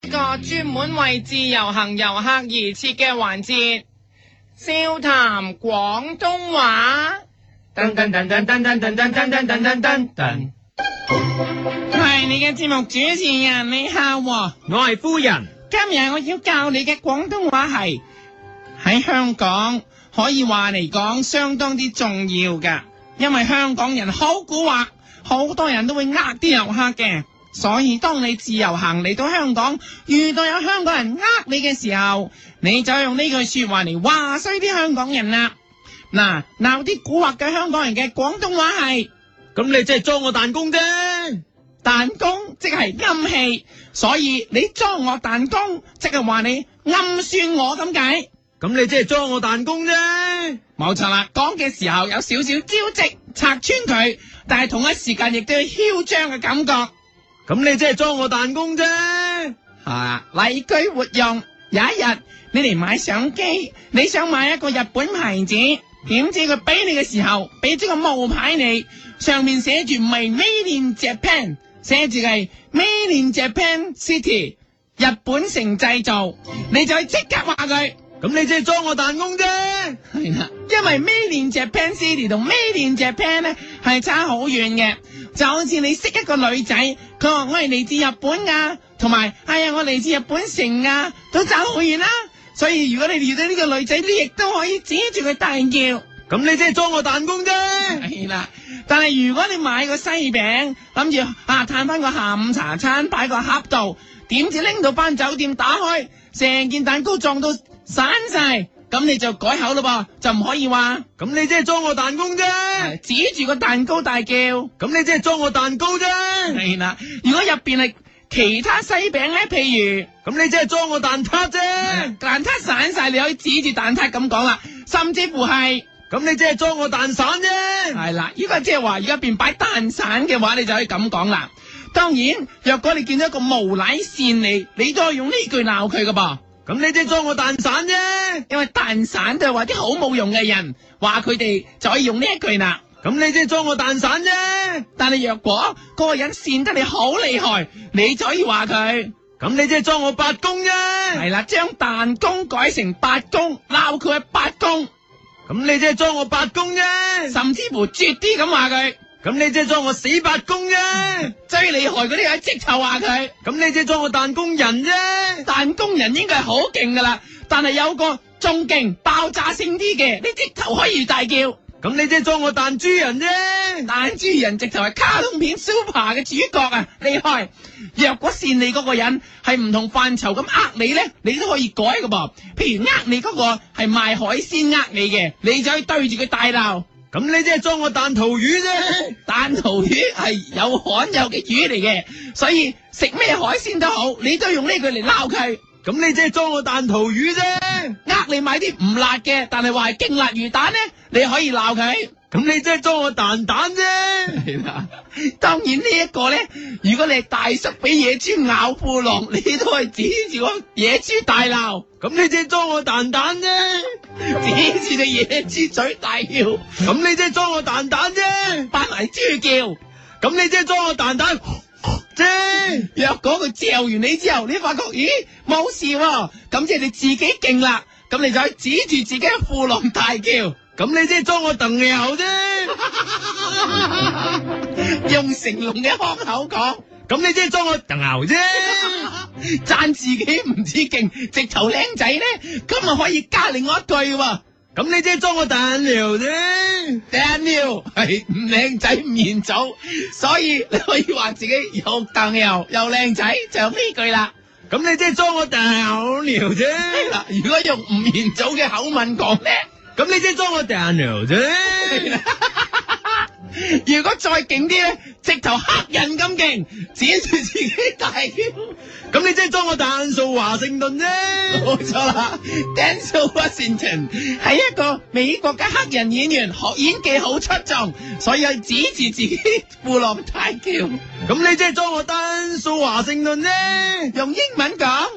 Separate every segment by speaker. Speaker 1: 一個專門為自由行遊客而設嘅環節，笑談廣東話。
Speaker 2: 噔噔噔噔噔噔噔噔噔噔噔噔噔，
Speaker 1: 係你嘅節目主持人，你好喎、
Speaker 2: 我係夫人。
Speaker 1: 今日我要教你嘅廣東話係喺香港可以話嚟講相當之重要噶，因為香港人好蠱惑，好多人都會呃啲遊客嘅，所以當你自由行嚟到香港，遇到有香港人呃你嘅時候，你就用呢句說話嚟話衰啲香港人啦。嗱，鬧啲蠱惑嘅香港人嘅廣東話係。
Speaker 2: 咁你即係裝我彈弓啫。
Speaker 1: 彈弓即係暗器，所以你裝我彈弓，即係話你暗算我咁解。
Speaker 2: 咁你即係裝我彈弓啫。
Speaker 1: 冇錯啦，講嘅時候有少少招積拆穿佢，但係同一時間亦都有囂張嘅感覺。
Speaker 2: 咁你即係裝我彈弓啫。
Speaker 1: 係啊，例句活用。有一日你嚟買相機，你想買一個日本牌子，點知佢俾你嘅時候，俾咗個冒牌你，上面寫住唔係 Made in Japan，寫住係 Made in Japan City，日本城製造，你就即刻話佢。
Speaker 2: 咁你即係裝我彈弓啫。
Speaker 1: 係啦，因為 Made in Japan City 同 Made in Japan 咧係差好遠嘅，就好似你識一個女仔，佢話我係嚟自日本噶，同埋係啊我嚟自日本城啊，都差好遠啦。所以如果你遇到呢個女仔，你亦都可以指住佢大叫。
Speaker 2: 咁你即係裝我彈弓啫。
Speaker 1: 係啦，但係如果你買個西餅，諗住啊嘆翻個下午茶餐，擺個盒度，點知拎到翻酒店打開，成件蛋糕撞到散晒，咁你就改口咯噃，就唔可以話
Speaker 2: 咁你即係裝我彈弓啫。
Speaker 1: 呃指住個蛋糕大叫。
Speaker 2: 咁你即係裝我彈高啫。
Speaker 1: 係啦，如果入邊係其他西餅咧，譬如。
Speaker 2: 咁你即係裝我蛋撻啫。
Speaker 1: 蛋撻散晒，你可以指住蛋撻咁講啦，甚至乎係
Speaker 2: 咁你即係裝我蛋散啫。
Speaker 1: 係啦，依家即係話，而家變擺蛋散嘅話，你就可以咁講啦。當然，若果你見到一個無賴善你，你都可以用呢句鬧佢噶噃，
Speaker 2: 咁你即係裝我蛋散啫。
Speaker 1: 因為蛋散都係話啲好冇用嘅人，話佢哋就可以用呢一句啦。
Speaker 2: 咁你即係裝我蛋散啫。
Speaker 1: 但係若果嗰個人善得你好厲害，你就可以話佢
Speaker 2: 咁你即係裝我八公 啫。
Speaker 1: 係啦，將彈弓改成八公，鬧佢係八公，
Speaker 2: 咁你即係裝我八公啫。
Speaker 1: 甚至乎絕啲咁話佢。
Speaker 2: 咁你即係裝我死八公啫。
Speaker 1: 最厲害嗰啲喺即頭話佢。
Speaker 2: 咁你即係裝我彈弓人啫。
Speaker 1: 彈弓人應該係好勁噶啦，但係有個仲勁爆炸性啲嘅，你直頭可以大叫。
Speaker 2: 咁你即係裝我彈珠人啫。
Speaker 1: 彈珠人直頭係卡通片 Super 嘅主角啊，厲害！若果善你嗰個人係唔同範疇咁呃你咧，你都可以改噶噃。譬如呃你嗰個係賣海鮮呃你嘅，你就可以對住佢大鬧。
Speaker 2: 咁你即係裝我彈塗魚啫。
Speaker 1: 彈塗魚係有罕有嘅魚嚟嘅，所以食咩海鮮都好，你都用呢句嚟鬧佢。
Speaker 2: 咁你即係裝我彈塗魚啫。
Speaker 1: 呃你買啲唔辣嘅，但係話係勁辣魚蛋咧，你可以鬧佢。
Speaker 2: 咁你即係裝我蛋蛋啫。
Speaker 1: 係啦，當然呢一個咧，如果你係大叔俾野豬咬褲浪，你都係指住個野豬大鬧，
Speaker 2: 咁你即係裝我蛋蛋啫。
Speaker 1: 指住隻野豬嘴大叫，
Speaker 2: 咁你即係裝我蛋蛋啫。
Speaker 1: 扮埋豬叫。
Speaker 2: 咁你即係裝我蛋蛋啫。
Speaker 1: 若果佢嚼完你之後，你發覺咦冇事喎、咁即係你自己勁啦，咁你就可以指住自己嘅褲浪大叫。
Speaker 2: 咁你即係裝我鄧你口啫。
Speaker 1: 用成龍嘅腔口講，
Speaker 2: 咁你即係裝我鄧牛啫。
Speaker 1: 讚自己唔止勁，直頭靚仔咧，咁啊可以加另外一句喎、
Speaker 2: 咁你即係裝我蛋尿啫。
Speaker 1: Daniel 係唔靚仔唔現組，所以你可以話自己又鄧又又靚仔，就有呢句啦。
Speaker 2: 咁你即係裝我蛋尿啫。
Speaker 1: 嗱，如果用唔現組嘅口吻講咧，
Speaker 2: 咁你即係裝我蛋尿啫。
Speaker 1: 如果再勁啲咧，直頭黑人咁勁，指住自己大叫，
Speaker 2: 咁你即係裝我蛋素華盛頓啫。
Speaker 1: 冇錯啦。Denzel Washington 係一個美國嘅黑人演員，學演技好出眾，所以係指住自己褲浪大叫，
Speaker 2: 咁你即係裝我蛋素華盛頓啫。
Speaker 1: 用英文講。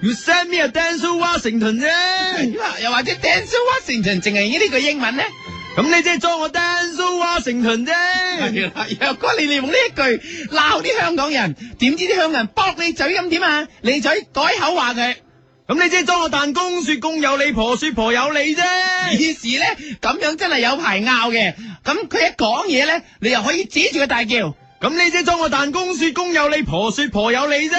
Speaker 2: You send me a dance to Washington 啫。
Speaker 1: 嗱，又或者 Denzel Washington 淨係呢句英文咧，
Speaker 2: 咁你即係裝我丹蘇華盛頓啫。
Speaker 1: 係啦，若果你利用呢一句鬧啲香港人，點知啲香港人駁你嘴咁點啊？你嘴改口話佢，
Speaker 2: 咁你即係裝我彈弓，說公有理，婆說婆有理啫。
Speaker 1: 於是咧咁樣真係有排拗嘅。咁佢一講嘢咧，你又可以指住佢大叫，
Speaker 2: 咁你即係裝我彈弓，說公有理，婆說婆有理啫。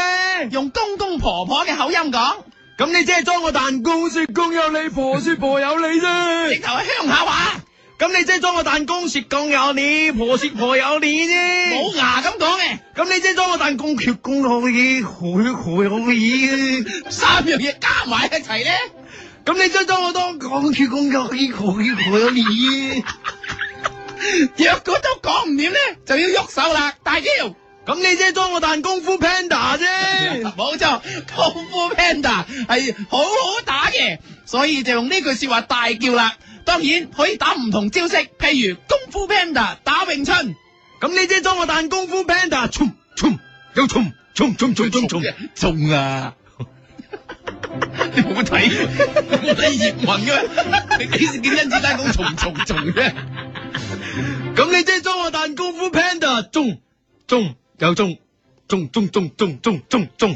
Speaker 1: 用公公婆婆嘅口音講，
Speaker 2: 咁你即係裝我彈弓，說公有理，婆說婆有理
Speaker 1: 直
Speaker 2: 啫。
Speaker 1: 頭係鄉下話，
Speaker 2: 咁你即係裝我彈弓，說公有理，婆說婆有理啫。
Speaker 1: 冇牙咁講嘅。
Speaker 2: 咁你即係裝我彈弓，說公有理，婆說婆有理。
Speaker 1: 三樣嘢加埋一齊咧，
Speaker 2: 咁你即係裝我當講說公有理，婆說婆有理。
Speaker 1: 若果都講唔掂咧，就要喐手啦，大叫。
Speaker 2: 咁你即係裝我彈功夫 Panda 啫。
Speaker 1: 冇錯，功夫 Panda 係好好打嘅，所以就用呢句说話大叫啦。當然可以打唔同招式，譬如功夫 Panda 打詠春，
Speaker 2: 咁你即係裝我彈功夫 Panda，冲冲又冲冲冲冲冲冲。
Speaker 1: 中啊！ 你冇睇，你冇睇葉問嘅咩？你幾時見甄子丹講重重重啫？
Speaker 2: 咁你即係裝我彈功夫 Panda，中中又中中中中中中中中。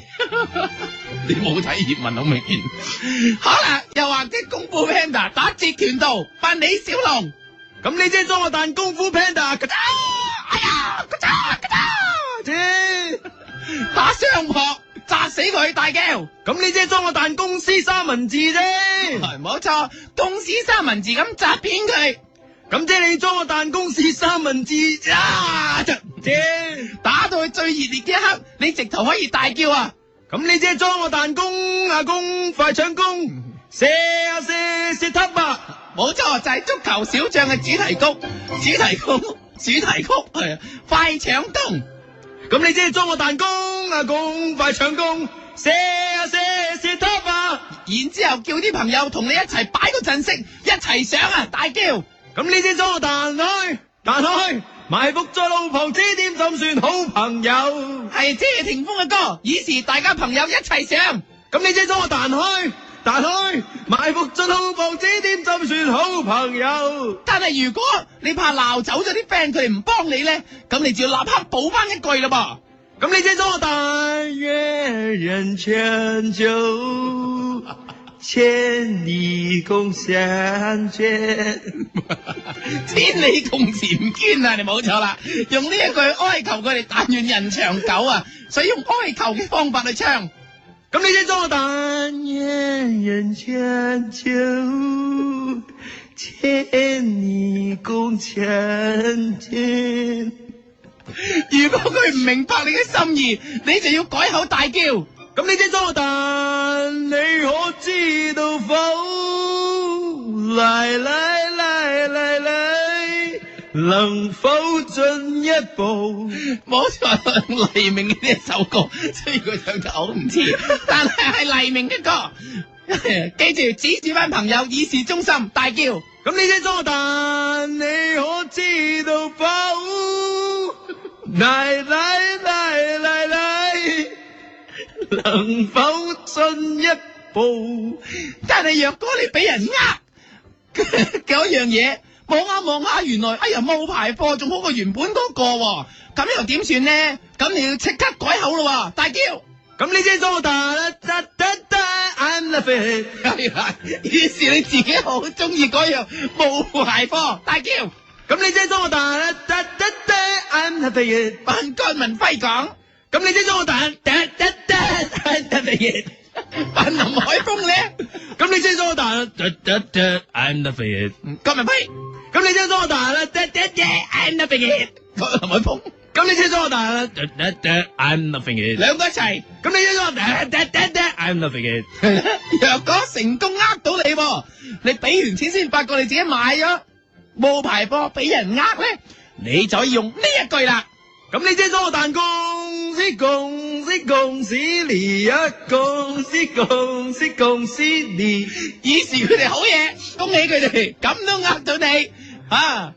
Speaker 1: 你冇睇葉問好明顯。好啦，又或者功夫 Panda 打截拳道，扮李小龍。
Speaker 2: 咁你即係裝我彈功夫 Panda，
Speaker 1: 啊！哎呀，咔嚓咔嚓，
Speaker 2: 啫。
Speaker 1: 打雙撲砸死佢，大叫。
Speaker 2: 咁你即係裝我彈公司三文治啫。
Speaker 1: 係冇錯，公司三文治咁砸扁佢，
Speaker 2: 咁即係你裝我彈公司三文治啊啫。
Speaker 1: 打到佢最熱烈嘅一刻，你直頭可以大叫啊！
Speaker 2: 咁你即係裝我彈弓啊弓，快搶弓，射啊射射塔啊！
Speaker 1: 冇錯，就係、足球小將嘅主題曲，主題曲，主題曲係啊！快搶東，
Speaker 2: 咁你即係裝我彈弓啊弓，快搶弓，射啊射射塔啊！
Speaker 1: 然之後叫啲朋友同你一齊擺個陣式，一齊上啊！大叫。
Speaker 2: 咁你即係裝我彈開彈開，埋伏在路旁，指點怎算好朋友？
Speaker 1: 係謝霆鋒嘅歌，以示大家朋友一齊上。
Speaker 2: 咁你即係裝我彈開彈開，埋伏在路旁，指點怎算好朋友？
Speaker 1: 但係如果你怕鬧走咗啲 friend，佢哋唔幫你咧，咁你就要立刻補翻一句啦
Speaker 2: 咁你即係裝我彈，願人長久，千里共嬋娟。
Speaker 1: 噃， 千里共嬋娟啊！你冇錯啦，用呢一句哀求佢哋，但願人長久啊！所以用哀求嘅方法去唱，
Speaker 2: 咁你即係裝我但願人長久，千里共嬋娟。
Speaker 1: 如果佢唔明白你嘅心意，你就要改口大叫。
Speaker 2: 咁你即係裝我但，你可知道否？嚟嚟嚟嚟嚟，能否進一步？
Speaker 1: 冇錯，黎明嘅呢一首歌，雖然佢唱得好唔似，但係係黎明嘅歌。記住指住班朋友以示忠心，大叫。
Speaker 2: 咁你即係裝我但，你可知道否？奶奶奶奶奶，能否進一步？
Speaker 1: 但係若果你俾人呃嗰樣嘢，望下望下，原來哎呀冒牌貨仲好過原本嗰、個喎，咁又點算呢？咁你要即刻改口咯喎，大叫！
Speaker 2: 咁你即係裝我但，得得得，I'm loving it。
Speaker 1: 係啦，於是你自己好中意嗰樣冒牌貨，大叫！
Speaker 2: 咁你即係裝我但，得得得，I'm loving it。
Speaker 1: 扮江文輝講，
Speaker 2: 咁你即係裝我但，得得得，I'm loving it。
Speaker 1: 扮林海峰咧，
Speaker 2: 咁你即係裝我但，得得得，I'm loving it。
Speaker 1: 江文嗯輝，
Speaker 2: 咁你即係裝我但，得得得，I'm loving it。
Speaker 1: 林海峰，
Speaker 2: 咁你即係裝我但啦，得得得，I'm loving it。
Speaker 1: 兩個一齊。
Speaker 2: 咁你即係裝我但，得得得，I'm loving it。
Speaker 1: 若果成功呃到你喎，你俾完錢先發覺你自己買咗冒牌貨俾人呃咧，你就可以用呢一句啦。
Speaker 2: 咁你即係裝我但，恭喜恭喜恭喜你呀，恭喜恭喜恭喜你。
Speaker 1: 以示佢哋好嘢，恭喜佢哋，咁都呃到你啊！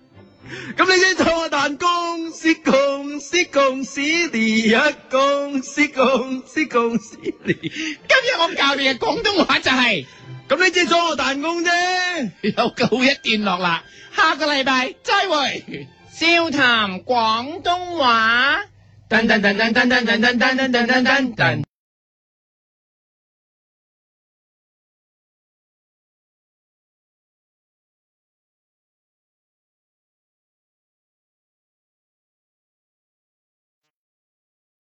Speaker 2: 咁你即係裝我但，恭喜恭喜恭喜你呀，恭喜恭喜恭喜你。
Speaker 1: 今日我教你嘅廣東話就係、
Speaker 2: 咁你只左我彈弓啫。
Speaker 1: 有九一段落啦，下個禮拜再會，笑談廣東話。
Speaker 2: 噔噔噔噔噔噔噔噔噔噔噔噔噔。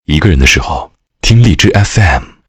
Speaker 3: 一个人的时候，听荔枝 FM。